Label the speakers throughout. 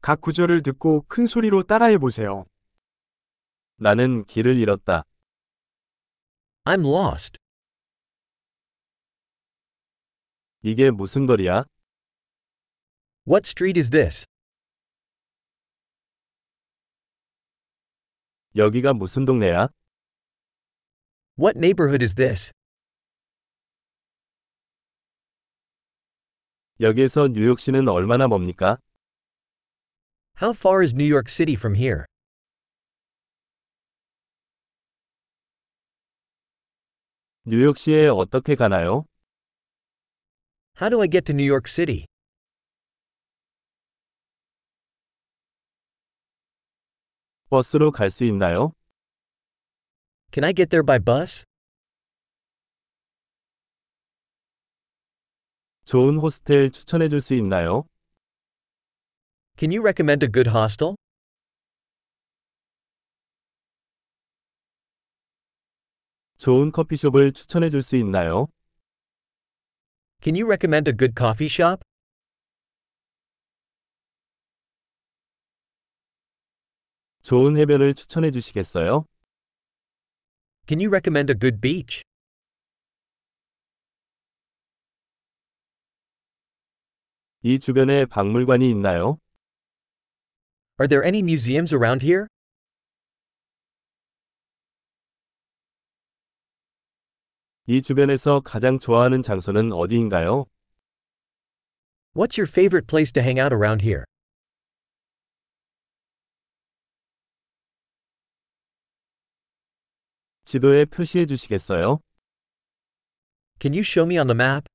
Speaker 1: 각 구절을 듣고 큰 소리로 따라해 보세요.
Speaker 2: 나는 길을 잃었다.
Speaker 3: I'm lost.
Speaker 2: 이게 무슨 거리야?
Speaker 3: What street is this?
Speaker 2: 여기가 무슨 동네야?
Speaker 3: What neighborhood is this?
Speaker 2: 여기에서 뉴욕시는 얼마나 멉니까?
Speaker 3: How far is New York City from here?
Speaker 2: 뉴욕시에 어떻게 가나요?
Speaker 3: How do I get to New York City?
Speaker 2: 버스로 갈 수 있나요?
Speaker 3: Can I get there by bus?
Speaker 2: 좋은 호스텔 추천해 줄 수 있나요?
Speaker 3: Can you recommend a good hostel?
Speaker 2: 좋은 커피숍을 추천해 줄 수 있나요?
Speaker 3: Can you recommend a good coffee shop?
Speaker 2: 좋은 해변을 추천해 주시겠어요?
Speaker 3: Can you recommend a good beach?
Speaker 2: 이 주변에 박물관이 있나요?
Speaker 3: Are there any museums around here?
Speaker 2: 이 주변에서 가장 좋아하는 장소는 어디인가요?
Speaker 3: What's your favorite place to hang out around here?
Speaker 2: 지도에 표시해 주시겠어요?
Speaker 3: Can you show me on the map?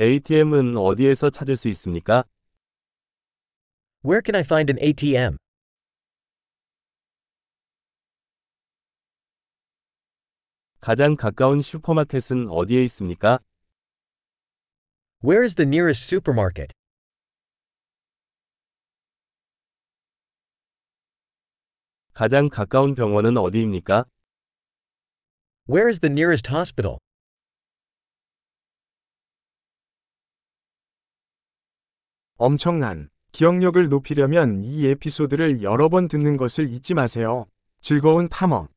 Speaker 2: ATM은 어디에서 찾을 수 있습니까?
Speaker 3: Where can I find an ATM?
Speaker 2: 가장 가까운 슈퍼마켓은 어디에 있습니까?
Speaker 3: Where is the nearest supermarket?
Speaker 2: 가장 가까운 병원은 어디입니까?
Speaker 3: Where is the nearest hospital?
Speaker 1: 엄청난 기억력을 높이려면 이 에피소드를 여러 번 듣는 것을 잊지 마세요. 즐거운 탐험.